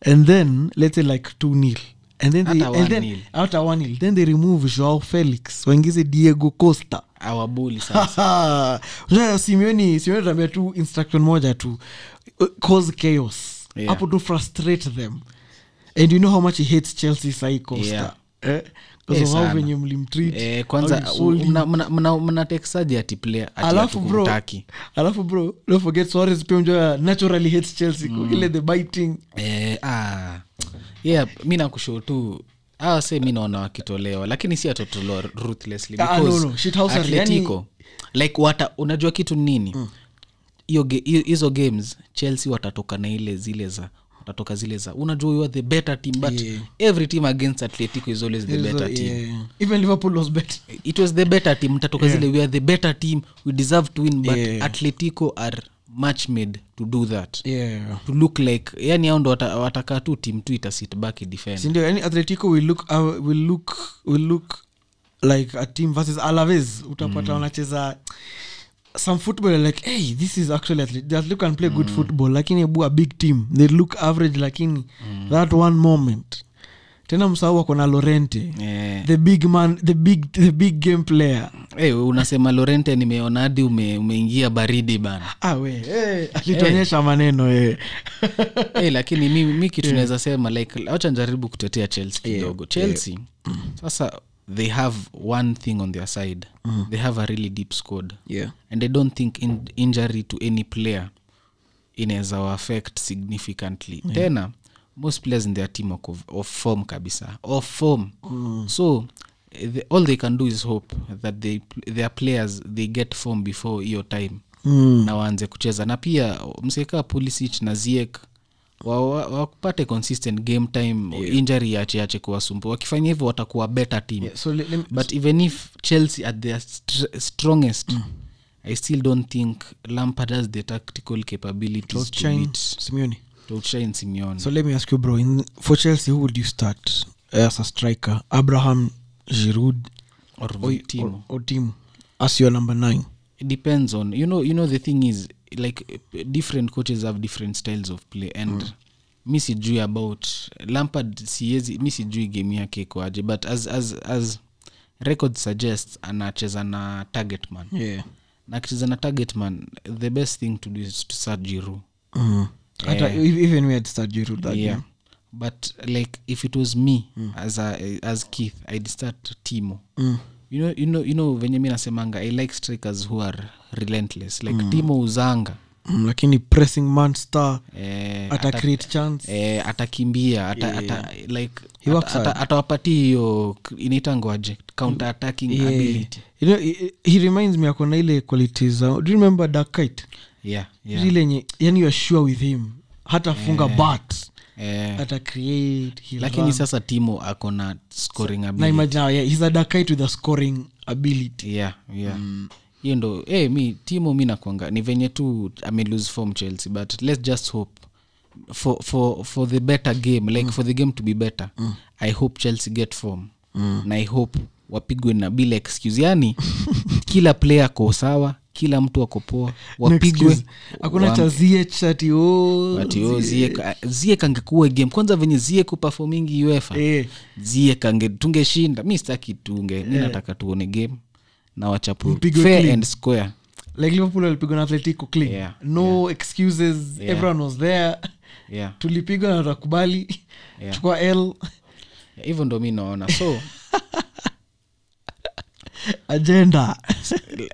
and then let's say like two nil and then they, Hata one and then nil. hata one nil then they remove joao felix waingize diego costa awabuli sana Unajua simioni simioni taambia tu instruction moja tu uh, cause chaos Yeah. hapo tu frustrate them and you know how much he hates chelsea sai costa Yeah. eh? Because Eh, of how sana. venye mlimtreat eh, how kwanza you sold him. mnateksaji atiplea alafu bro atiakumtaki alafu bro don't forget suarez pia mjua naturally hates chelsea Mm. ile the biting eh, ah. yeah, mi nakushoo tu awa se mi naona wakitolewa lakini si atotolewa ruthlessly Ah, because no, no, Shithouser, Atletico, like wata unajua kitu nini Mm. hiyo ge- hiyo- hizo games chelsea watatoka na ile zile za watatoka zile za unajua you are the better team but every team against atletico is always the better team Yeah. even liverpool was better it was the better team mtatoka yeah. zile we are the better team we deserve to win but Yeah. yeah. atletico are much made to do that yeah to look like yani ao ndo wata- watakaa tu tim tu itasit back idefend sindio yani atletico will look uh, will look will look like a team versus alaves utapata Mm. wanacheza some football like hey this is actually Atlet- the atletico can play good Mm. football lakini ebu a big team they look average lakini Mm. that one moment tena msahau wako na lorente yeah. the big man the big the big game player hey, Eh, unasema lorente nimeona hadi ume, umeingia baridi bana Ah, we, eh, alituonyesha maneno eh. hey, Eh, lakini mi, mi kitu naweza sema like acha njaribu kutetea chelsea kidogo chelsea sasa they have one thing on their side they have a really deep squad and i don't think in, injury to any player inaweza waaffect significantly yeah. tena most players in their team wako of form kabisa of form mm. so eh, the, all they can do is hope that they, their players they get form before hiyo time mm. na waanze kucheza na pia msekaa pulisich na ziek wakupate wa, wakupate consistent game time yeah. injury yache yache kuwasumbu wakifanya hivyo watakuwa better team Yeah, so le- lem- but even if chelsea at their st- strongest mm. i still don't think lampard has the tactical capabilities to, Chine- Simeone. to shine simeon so let me ask you bro in, for chelsea who would you start as a striker abraham girud or or, Vitino. or tim as your number nine it depends on you know you know the thing is like eh, different coaches have different styles of play and mm. mi sijui about lampard siezi mi sijui game yake ikoaje but as, as, as record suggests anacheza na target man yeah. na akicheza na target man the best thing to do is to start jiru mm. Hata if- even we had start girud that yeah. game. but like if it was me Mm. as, a, as keith i'd start timo you, know, you, know, you know venye mi nasemanga i like strikers who are relentless like timo uzanga Mm, lakini pressing man star eh, ata create chance eh, atakimbia ata, ata, like He works ata- ata- atawapati hiyo inaitangwaje counter attacking ability you know, he, he reminds me akona ile qualities za do you remember dakit yeah, yeah. ile yenye yani you are sure with him hata funga bat Eh, ata create he'll lakini sasa timo akona scoring na ability imagine how, yeah, he's a dakite with a scoring ability yeah yeah hiyo ndo eh, mi timu mi nakwanga ni venye tu amelose form chelsea but let's just hope for, for, for the better game like mm. for the game to be better mm. i hope chelsea get form mm. na i hope wapigwe na bila excuse yani kila player ako sawa kila mtu ako poa No wapigwe excuse. hakuna cha zh ati oh, watio ziek angekuwa game kwanza venye ziek upafomingi uefa Eh. ziek ange tungeshinda mi sitaki tunge mi nataka tuone game na wachapu Mpigwe fair clean. and square like liverpool walipigwa na atletico clean Yeah, no excuses Yeah. everyone was there yeah tulipigwa na tutakubali Yeah. chukua l Yeah, hivyo ndo mi naona so agenda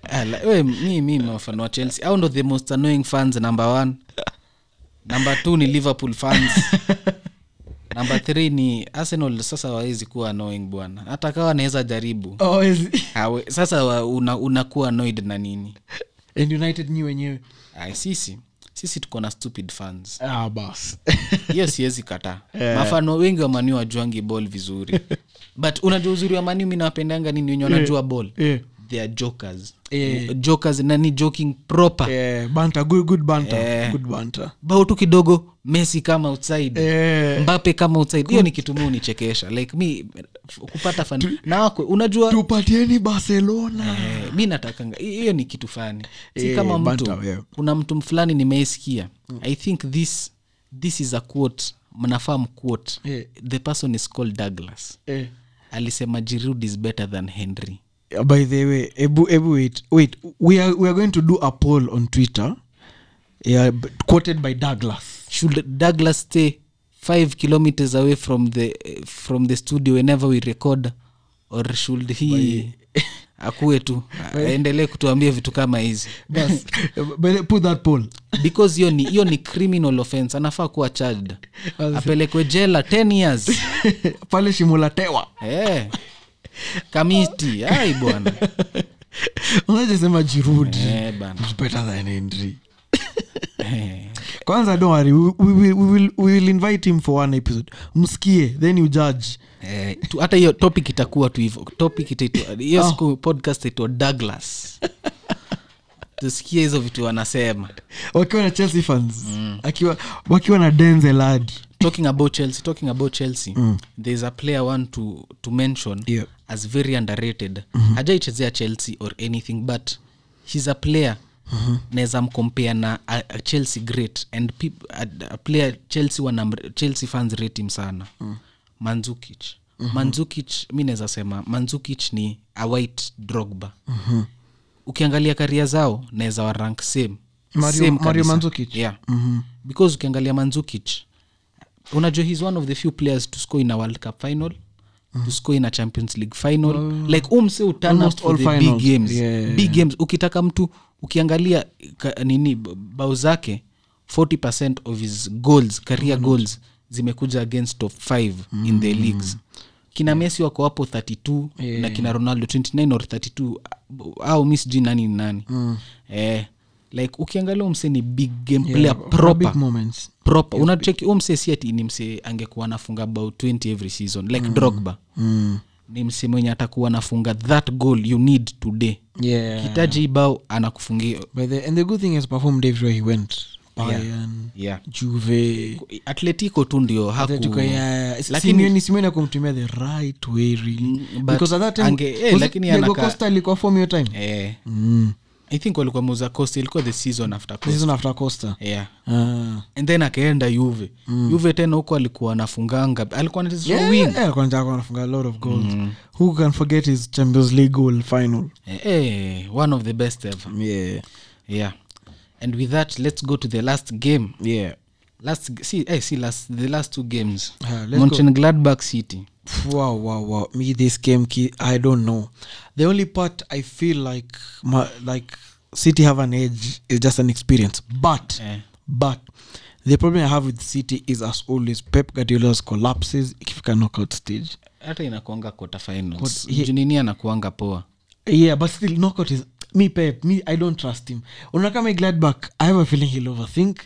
ala, we, mi mi mafano wa chelsea au ndo the most annoying fans number one number two ni liverpool fans number three ni arsenal sasa wawezi kuwa annoying bwana hata kawa anaweza jaribu Always. Hawe, sasa wa- una- unakuwa annoyed na nini and united nyi wenyewe Ay, sisi sisi tuko na stupid fans ah, bas hiyo siwezi kataa Eh. mafano wengi wa maniu wajuangi ball vizuri but unajua uzuri wa maniu mi nawapendanga nini wenye Eh. wanajua ball yeah. they are jokers Yeah. jokers na ni joking proper yeah, Eh, banter good, good banter Eh. good banter bao tu kidogo messi kama outside Eh, mbape kama outside hiyo ni kitu mi unichekesha like mi f- kupata fan na wakwe unajua tupatieni barcelona Eh, mi natakanga hi- hiyo ni kitu fani si Eh, kama mtu banta, Mm. yeah. kuna mtu fulani nimeisikia i think this this is a quote mnafaa mquote Yeah. the person is called douglas eh. alisema jirud is better than henry Uh, by the way ebu, ebu wait wait we are, we are going to do a poll on twitter yeah, b- quoted by douglas should douglas stay five kilometers away from the, eh, from the studio whenever we record or should he akuwe tu aendelee kutuambia vitu kama hizi bas But put that poll because hiyo ni hiyo ni criminal offense anafaa kuwa charged apelekwe jela 10 years pale shimulatewa Eh. kamiti ai bwana unajasema jirudi Eh, bana It's better than henry Eh. kwanza don't worry we, we, will- we, will, we will invite him for one episode msikie then you judge Eh, tu- hata hiyo topic itakuwa tu hivo topic itaitwa hiyo siku podcast itaitwa douglas tusikie hizo vitu wanasema wakiwa na chelsea fans Mm. akiwa wakiwa na denzel adi talking about chelsea talking about chelsea mm. there's a player one to, to mention Yeah. as very underrated mm-hmm. hajaichezea chelsea or anything but he's a player mm-hmm. naweza mkompea na a, a chelsea great and peop, a, a player chelsea wana chelsea fans rate him sana mm. manzukic mm-hmm. manzukic mi naweza sema manzukic ni a white drogba mm-hmm. ukiangalia karia zao naweza warank same Mario- Same Mario kabisa. Mandzukic? yeah. mm-hmm. because ukiangalia manzukic unajua he's one of the few players to score in a world cup final to score in a champions league final like umse utana Mm-hmm. Almost for all the big finals. games Yeah. big games ukitaka mtu ukiangalia ka, nini b- bao zake 40 of his goals career goals zimekuja against top 5 in the leagues kina messi wako hapo 32 na kina ronaldo 29 or 32 uh, au mi sijui nani ni nani eh, like ukiangalia umse ni big game player proper big moments proper unacheki huyo msee si ati ni msee angekuwa anafunga about 20 every season like mm. drogba mm. ni msee mwenye atakuwa anafunga that goal you need today yeah hitaji bao anakufungia by the and the good thing is performed everywhere he went bayern yeah. juve atletico tu ndio haku Atletico, yeah. Lakini- Mm, Simeone- Simeone akumtumia the right way really but because at that time ange- eh, was it lakini Diego anaka- Costa alikuwa form hiyo time eh, mm. i think walikuwa muza cost ilikuwa the season after the cost season after Costa yeah ah and then akaenda yuve mm. yuve tena huko alikuwa anafunganga alikuwa anacheza Yeah, wing yeah, alikuwa anataka kufunga a lot of goals Mm. who can forget his champions league goal final eh, eh, one of the best ever yeah yeah and with that let's go to the last game yeah last g- see, eh, see last the last two games Ah, let's Mönchengladbach city wow wow wow me this game ki- i don't know the only part i feel like my, like city have an edge is just an experience but Eh. but the problem i have with city is as always pep guardiola's collapses ikifika knockout stage hata inakuanga kota finals Kot- he- junini anakuanga poa yeah but still knockout is me pep me i don't trust him unaona kama gladback i have a feeling he'll overthink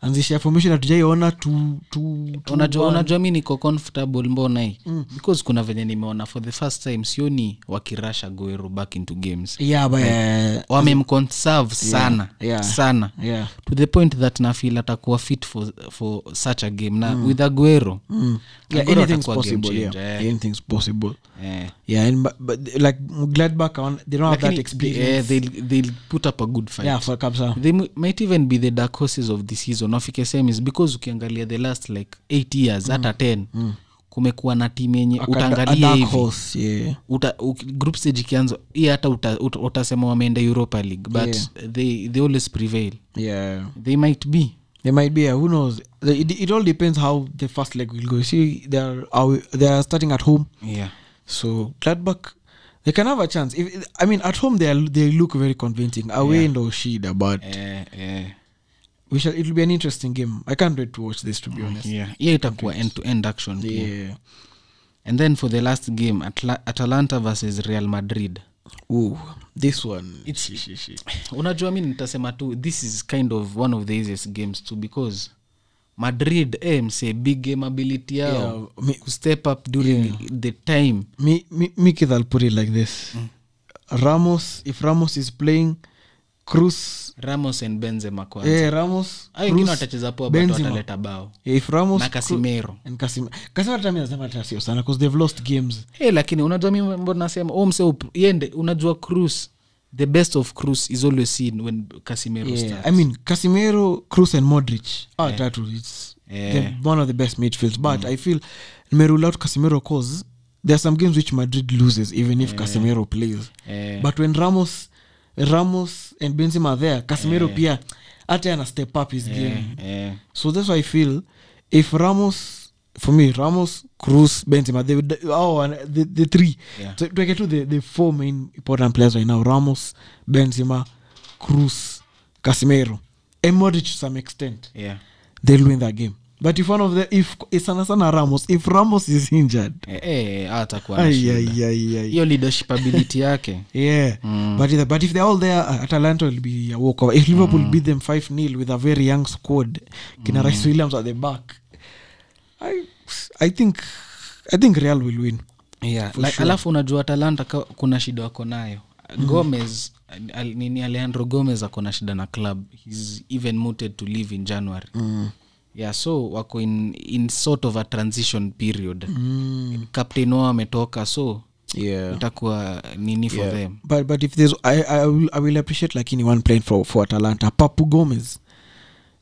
anzisha formation hatujaiona tu tu tu- unajua unajua mi niko comfortable mbona hii Mm. because kuna venye nimeona for the first time sioni wakirasha goero back into games yeah but Eh. yeah, wamemconserve sana yeah. sana yeah. to the point that nafil atakuwa fit for, for such a game na with aguero mm. yeah anything's possible yeah. anything's possible Eh. yeah and but, but th- like Gladbach aren't- they don't have that experience Eh, they'll, they'll put up a good fight yeah for uh, kabisa they m- might even be the dark horses of the season wafike semis because ukiangalia the last like eight years hata ten kumekuwa na timu yenye A kind- Mm. a utaangalia dark hivi horse, yeah. uta, u, group stage ikianza hii hata uta, uta, utasema wameenda europa league but yeah. they, they always prevail Yeah. they might be They might be, yeah, who knows? The- It, it all depends how the first leg will go. You See, they are are- they are starting at home, yeah so Gladbach they can have a chance. If I mean, at home they are, they look very convincing. Away yeah. ndo shida, but eh, eh. we shall. It will be an interesting game. I can't wait to watch this. To be honest, yeah hiyo itakuwa end to end action pia yeah. and then for the last game Atla- atalanta versus real madrid Ooh, this one. It's unajua mi nitasema tu this is kind of one of the easiest games too because madrid eh, mse big game ability uh, yao Yeah, mi- step up during the time me, me, Mikith, I'll put it like this: Ramos. If Ramos is playing, Cruz. ramos and benzema kwanza Yeah, Ramos. Hao wengine Cruz, watacheza poa but Benzema. wataleta bao Yeah, if Ramos na kasimero and Casim- Casemiro hata mi nasema hata sio sana because they've lost games. hey, Eh, lakini unajua mi mbona nasema oh, mse up- yende unajua cruz the best of cruz is always seen when casimero Yeah, starts. I mean Casemiro, Cruz and Modric. Ah, tatu. It's they're one of the best midfields. But I feel may rule out Casemiro cause there are some games which Madrid loses even if Casemiro plays. Eh, but when ramos ramos and benzema are there casimiro pia hata ana step up his game eh, so that's why i feel if ramos for me ramos cruz benzema they, would- oh, and the, the three Yeah. so, to get to the, the four main important players right now ramos benzema cruz casimiro and Modric to some extent yeah. they'll win that game but if one of the if sana sana ramos if ramos is injured Eh, eh, atakuwa na ay, shida. ay, ay, ay, hiyo leadership ability yake yeah but, if, but if they're all there uh, atalanta will be a walkover if liverpool beat them 5 nil with a very young squad kina rice williams at the back I, I think i think real will win yeah, like, alafu unajua talanta ka, kuna shida wako nayo Mhm. gomez al, nini alejandro gomez ako na shida na club he's even mooted to leave in january mm. yeah so wako in, in sort of a transition period mm. captain wao ametoka so yeah itakuwa nini for them but but if there's i i will, I will appreciate like anyone playing for for atalanta papu gomez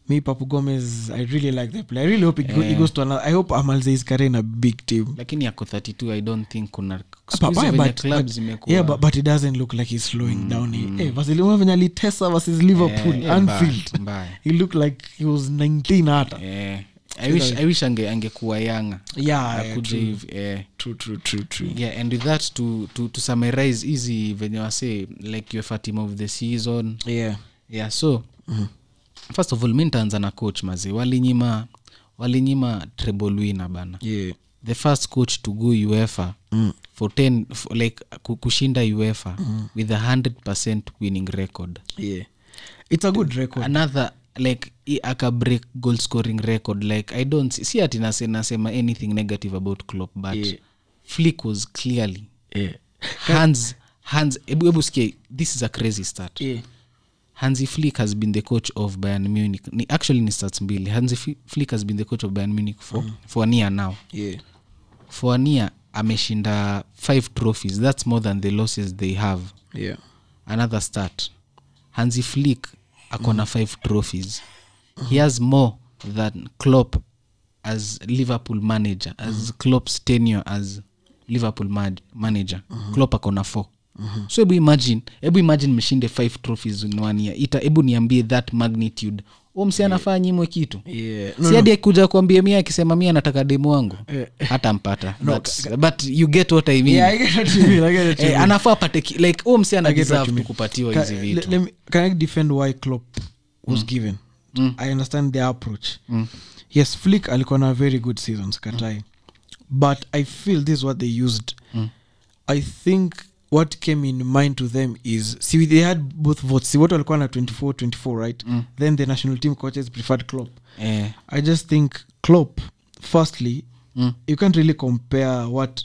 me papu gomez i really like the play i really hope it go- he goes to another i hope amalze is carrying a big team lakini ako 32 i don't think kuna Ah, But- siku but- hizi venye but- club but- zimekuwa yeah, but, but it doesn't look like he's slowing down eh, vasilima venye alitesa versus liverpool Eh, anfield mbaya, mbaya. he looked like he was 19 hata Eh, i wish, I wish ange, angekuwa yanga yeah, yeah akuja hivi eh. true, true, true, true. yeah and with that to, to, to summarize easy venye wase like your fatim of the season yeah yeah so mm-hmm. first of all mi ntaanza na coach mazi walinyima walinyima trebolwina bana yeah the first coach to go uefa mm. for 10 for like ku- kushinda uefa mm. with a 100 winning record yeah it's a good record another like i- aka break goal scoring record like i don't see- si ati nase- nasema anything negative about clop but yeah. flick was clearly yeah hans hans ebu, ebu sikia this is a crazy start yeah hansi flick has been the coach of bayern munich ni, actually ni stats mbili hansi Fi- flick has been the coach of bayern munich for, mm. for an year now yeah for an year ameshinda five trophies that's more than the losses they have yeah another start hansi flick ako na five trophies he has more than clop as liverpool manager as mm-hmm. clops tenure as liverpool ma- manager mm-hmm. clop ako na four Mm-hmm. so ebu imagine ebu imagine mshinde five trophies in one year ita ebu niambie that magnitude u msi anafaa nyimwe kitu yeah si hadi akuja kuambia mia akisema mia anataka demu wangu Eh, hata mpata but, but you get what I mean. yeah i get what you mean i get what you Eh, mean anafaa apate ki- like huo msi I get what you anadeserve mean. tu kupatiwa Ca- hizi le- vitu Mm. let me- can i defend why clop was given i understand their approach yes flick alikuwa na very good seasons Mm. katai but i feel this is what they used Mm. i think what came in mind to them is see they had both votes see what walikuwa na 24 24 right then the national team coaches preferred clop Mm. eh, I just think Klopp, firstly, mm. you can't really compare what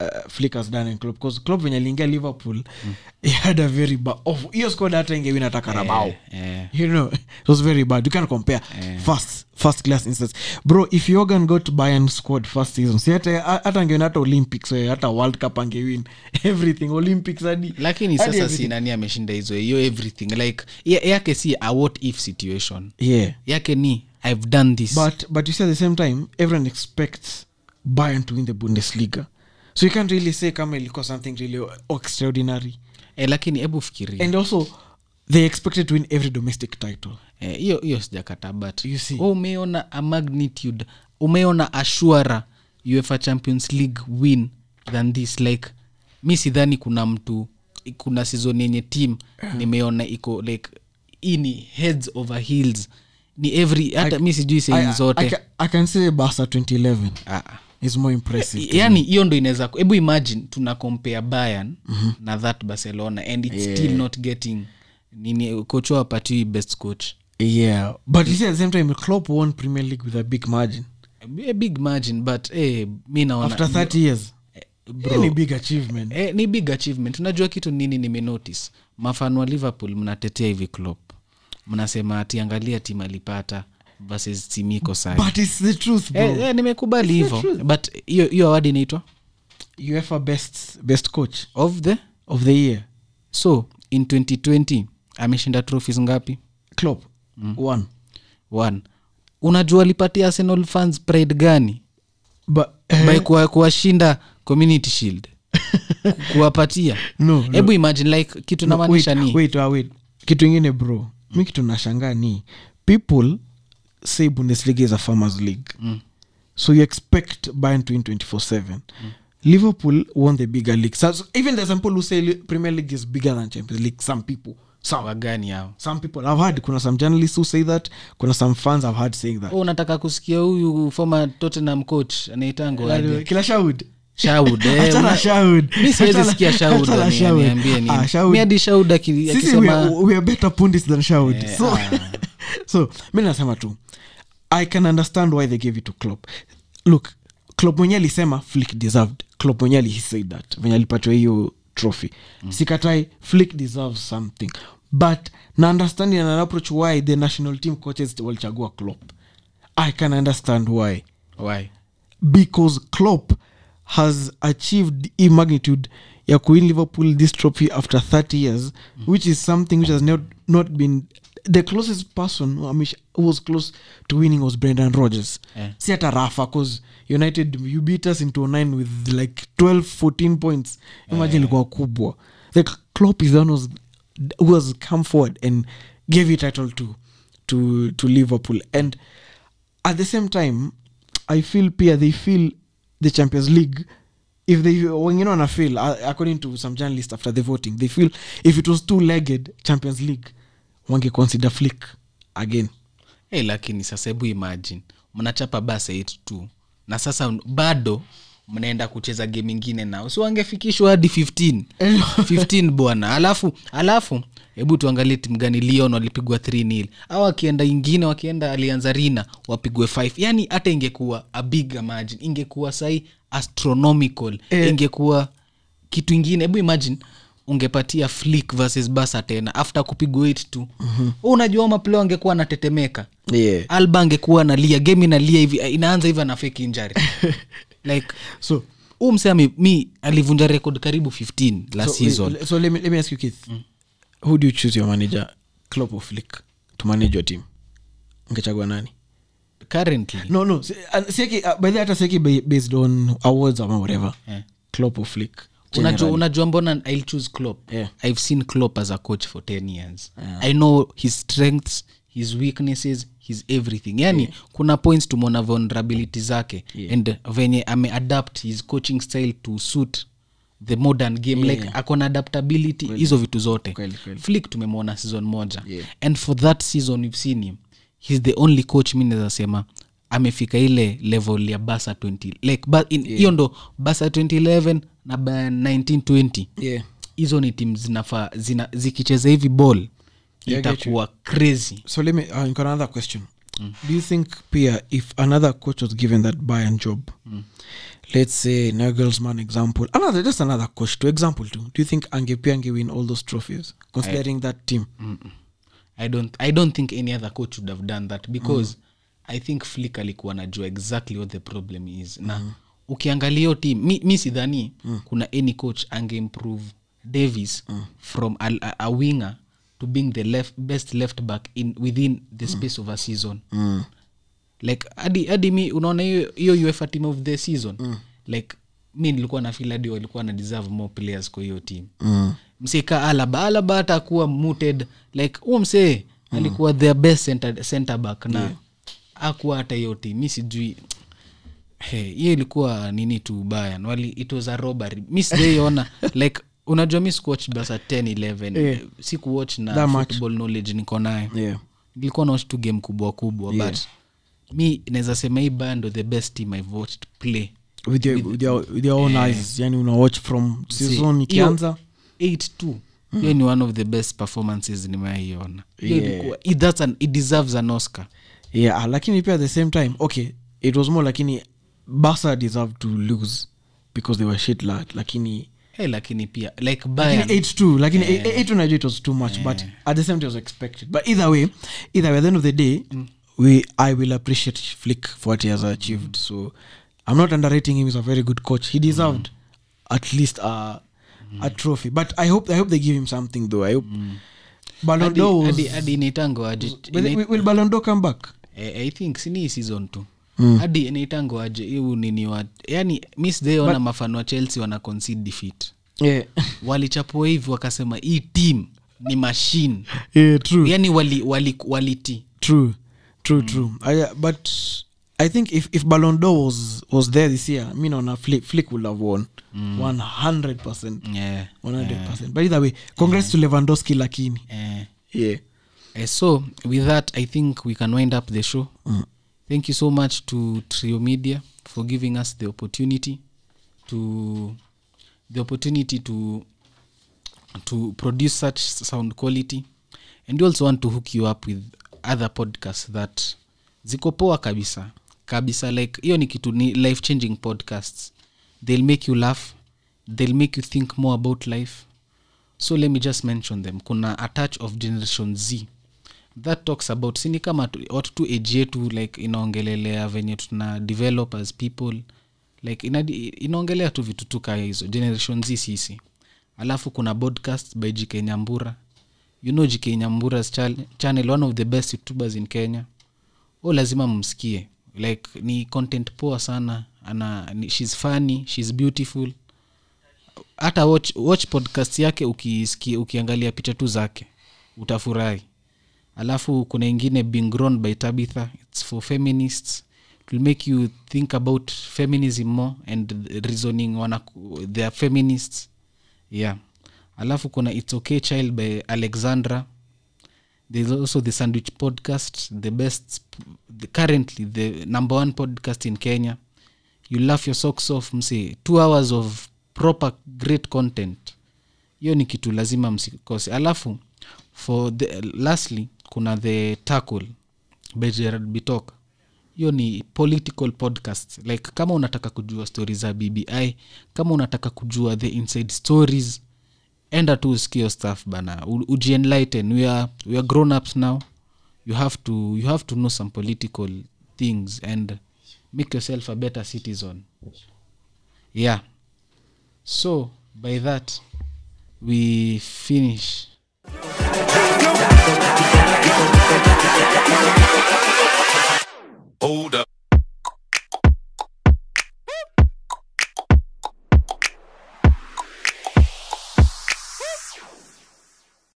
uh, Flick has done in Klopp because Klopp when aliingia Liverpool, mm. he had a very bad. Of hiyo squad hata ingewin hata Carabao. eh. You know, it was very bad. You can't compare first first class instance, bro. If Jorgen got Bayern squad first season, see hata hata angewin hata Olympics, eh, hata World Cup angewin everything Olympics hadi. lakini hadi sasa si everything. nani ameshinda hizo hiyo everything like ya- yake si a what if situation yeah. yake ni i've done this But but you see at the same time, everyone expects bayern to win the bundesliga so you can't really say kama ilikuwa something really extraordinary e, lakini hebu fikiria and also they expected to win every domestic title Eh, hiyo hiyo sijakataa but You see. wewe umeona a magnitude umeona ashura uefa champions league win than this like mi sidhani kuna mtu kuna season yenye team nimeona iko like hii ni heads over heels ni every hata mi sijui I, sehemu I, zote ca- I can say barca 2011 Ah, ah. is more impressive yani hiyo ndo inaweza ku- hebu imagine tuna compare bayern Mhm. mm-hmm. na that barcelona and it's yeah. still not getting nini coach wao apatiwi best coach yeah but you see at the same time Klopp won premier league with a big margin a big margin but eh, mi naona after 30 years Eh, bro, really big achievement eh, ni big achievement unajua kitu nini nimenotice mafano wa liverpool mnatetea hivi Klopp mnasema ati angalia timu alipata versus timu iko sai but it's the truth bro eh, eh, nimekubali hivyo but hiyo hiyo awadi inaitwa uefa best best coach of the of the year so in 2020 ameshinda trophies ngapi Klopp Mm. one one unajua alipatia arsenal fans pride gani but by kuwa- kuwashinda community shield Ku- kuwapatia no hebu imagine like kitu No, wait, namaanisha ni wait, ah, wait. kitu ingine bro mi kitu nashangaa ni people say bundesliga is a farmers league mm. so you expect Bayern to win 24/7 liverpool won the bigger league so, so even there's some people who say li- premier league is bigger than champions league some people some, wagani hao some people i've heard kuna some journalists who say that kuna some fans i've heard saying that Oh, unataka kusikia huyu former tottenham coach anaitango aje kila shaud shaud eh, Achana una- Shaud. mi siwezi Achana- sikia shaud achana ani- Shaud. aniambie nini. Ah, Shaud. mi hadi shaud aki- sisi we are, akisema we are better pundits than shaud so, so mi nasema tu i can understand why they gave it to club look club mwenye alisema flick deserved club mwenye ali- he said that venye alipatiwa hiyo trophy mm. sikatai flick deserves something but na understanding and an approach why the national team coaches walichagua club i can understand why Why? because Klopp has achieved a magnitude ya kuwin Liverpool this trophy after 30 years which is something which has not, not been the closest person who amish- who was close to winning was Brendan Rodgers Eh. si hata Rafa cause United you beat us in 09 with like 12 14 points imagine ilikuwa kubwa the Klopp is the one who's- who has come forward and gave it title to to to Liverpool and at the same time i feel pia they feel the champions league if they wengine wana feel uh, according to some journalist after the voting they feel if it was two legged champions league wange consider flick again Eh, lakini sasa hebu imagine mnachapa bas 82 na sasa un- bado mnaenda kucheza game ingine nao si wangefikishwa hadi 15 15 bwana alafu alafu hebu tuangalie timu gani leon walipigwa 3 nil au wakienda ingine wakienda alianza rina wapigwe 5 yani hata ingekuwa a big margin ingekuwa sahi astronomical Eh. ingekuwa kitu ingine hebu imagine ungepatia flick versus basa tena after kupigwa 8 tu mm-hmm. unajua mapleo angekuwa anatetemeka Mhm. yeah. alba angekuwa analia game inalia hivi inaanza hivi ana fake injury like so huu msea mi, mi alivunja record karibu 15 last so, season so let, me, let me ask you keith who do you choose your manager club or flick to manage your team ngechagua nani currently no no si- uh, sieki uh, by the way, hata sieki ba- based on awards ama whatever Eh. club or flick unajua unajua mbona ill choose clop Yeah. i've seen clop as a coach for 10 years i know his strengths his weaknesses his everything yani yeah. kuna points tumeona vulnerability zake yeah. and venye ameadapt his coaching style to suit the modern game yeah. like akona adaptability hizo vitu zote Kweli, kweli. flick tumemwona season moja Yeah. and for that season we've seen him he's the only coach mi naweza sema amefika ile level ya basa 20 like ba, in, hiyo ndo basa 2011 na ba 1920 yeah hizo ni tim zinafaa zina, zikicheza hivi ball Yeah, I get itakuwa crazy so let me uh, got another question mm. do you think pia if another coach was given that Bayern job mm. let's say Nagelsmann example another just another coach to example too do you think ange pia ange win all those trophies considering I, that team mm. I don't, i don't think any other coach would have done that because mm. i think flick alikuwa najua exactly what the problem is na mm. ukiangalia hiyo team mi, mi sidhani mm. kuna any coach angeimprove davis mm. from a, a, a winger to being the left, best left back in, within the space mm. of a season mm. like hadi hadi mi unaona hiyo hiyo uefa team of the season mm. like mi nilikuwa na feel hadi walikuwa na deserve more players kwa hiyo team mm. msee ka alaba alaba hata akuwa muted like huu msee alikuwa their best center, center back na yeah. akuwa hata hiyo team mi sijui Hey, hiyo ilikuwa nini tu ubaya wali it was a robbery mi sijaiona like unajua mi sikuwatch basa 10 11 yeah. sikuwatch na That much. football knowledge niko nayo yeah. nilikuwa nawatch tu game kubwa kubwa yeah. but mi naweza sema hii baya ndo the best team i've watched play with your, with your, with your own eyes yani una watch from season ikianza 82 hiyo ni one of the best performances nimewaiona yeah. that's an, it deserves an oscar yeah ah, lakini pia at the same time okay it was more lakini barca deserved to lose because they were shit lad lakini hey, Eh, lakini pia like lakini Bayern, 8-2 lakini 8-2 najua it was too much but at the same time it was expected but either way either way at the end of the day we i will appreciate flick for what he has achieved so i'm not underrating him he's a very good coach he deserved at least a, a trophy but i hope i hope they give him something though i hope Ballon hadi- d'Or was- hadi- hadi inaitango aje- will, will, will Ballon d'Or come back Eh, I, i think sini hii season tu mm. hadi naitango aje hiu nini wa yani mi sijaiona mafano wa chelsea wana concede defeat yeah walichapua hivi wakasema hii team ni machine yeah true yani wali, wali, waliti True, true, true. I, uh, but I think if if Ballon d'Or was was there this year, I mean, on a Flick, Flick would have won one hundred percent, yeah. one hundred percent. But either way, congrats to Lewandowski, lakini eh. yeah, Eh, so with that i think we can wind up the show thank you so much to trio media for giving us the opportunity to the opportunity to to produce such sound quality and we also want to hook you up with other podcasts that ziko poa kabisa kabisa like hiyo ni kitu ni life changing podcasts they'll make you laugh they'll make you think more about life so let me just mention them kuna a touch of generation z that talks about sini kama tu- watu tu age yetu like inaongelelea venye tuna develop as people like inadi, inaongelea tu vitu tu kaya hizo generation z sisi alafu kuna podcast by jk nyambura you know jk nyambura's chal- channel one of the best youtubers in kenya o lazima msikie like ni content poa sana ana ni, shes funny shes beautiful hata watch, watch podcast yake ukisikia ukiangalia picha tu zake utafurahi alafu kuna ingine being grown by tabitha its for feminists it will make you think about feminism more and reasoning wana they are feminists yeah alafu kuna its okay child by alexandra there's also the sandwich podcast the best the, currently the number one podcast in kenya you laugh your socks off msi two hours of proper great content hiyo ni kitu lazima msikose alafu for the, lastly kuna the tackle by gerard bitok hiyo ni political podcast like kama unataka kujua stori za bbi kama unataka kujua the inside stories enda tu usikio staff bana U- ujienlighten we are, we are grown ups now you have to you have to know some political things and make yourself a better citizen yeah so by that we finish go, go, go.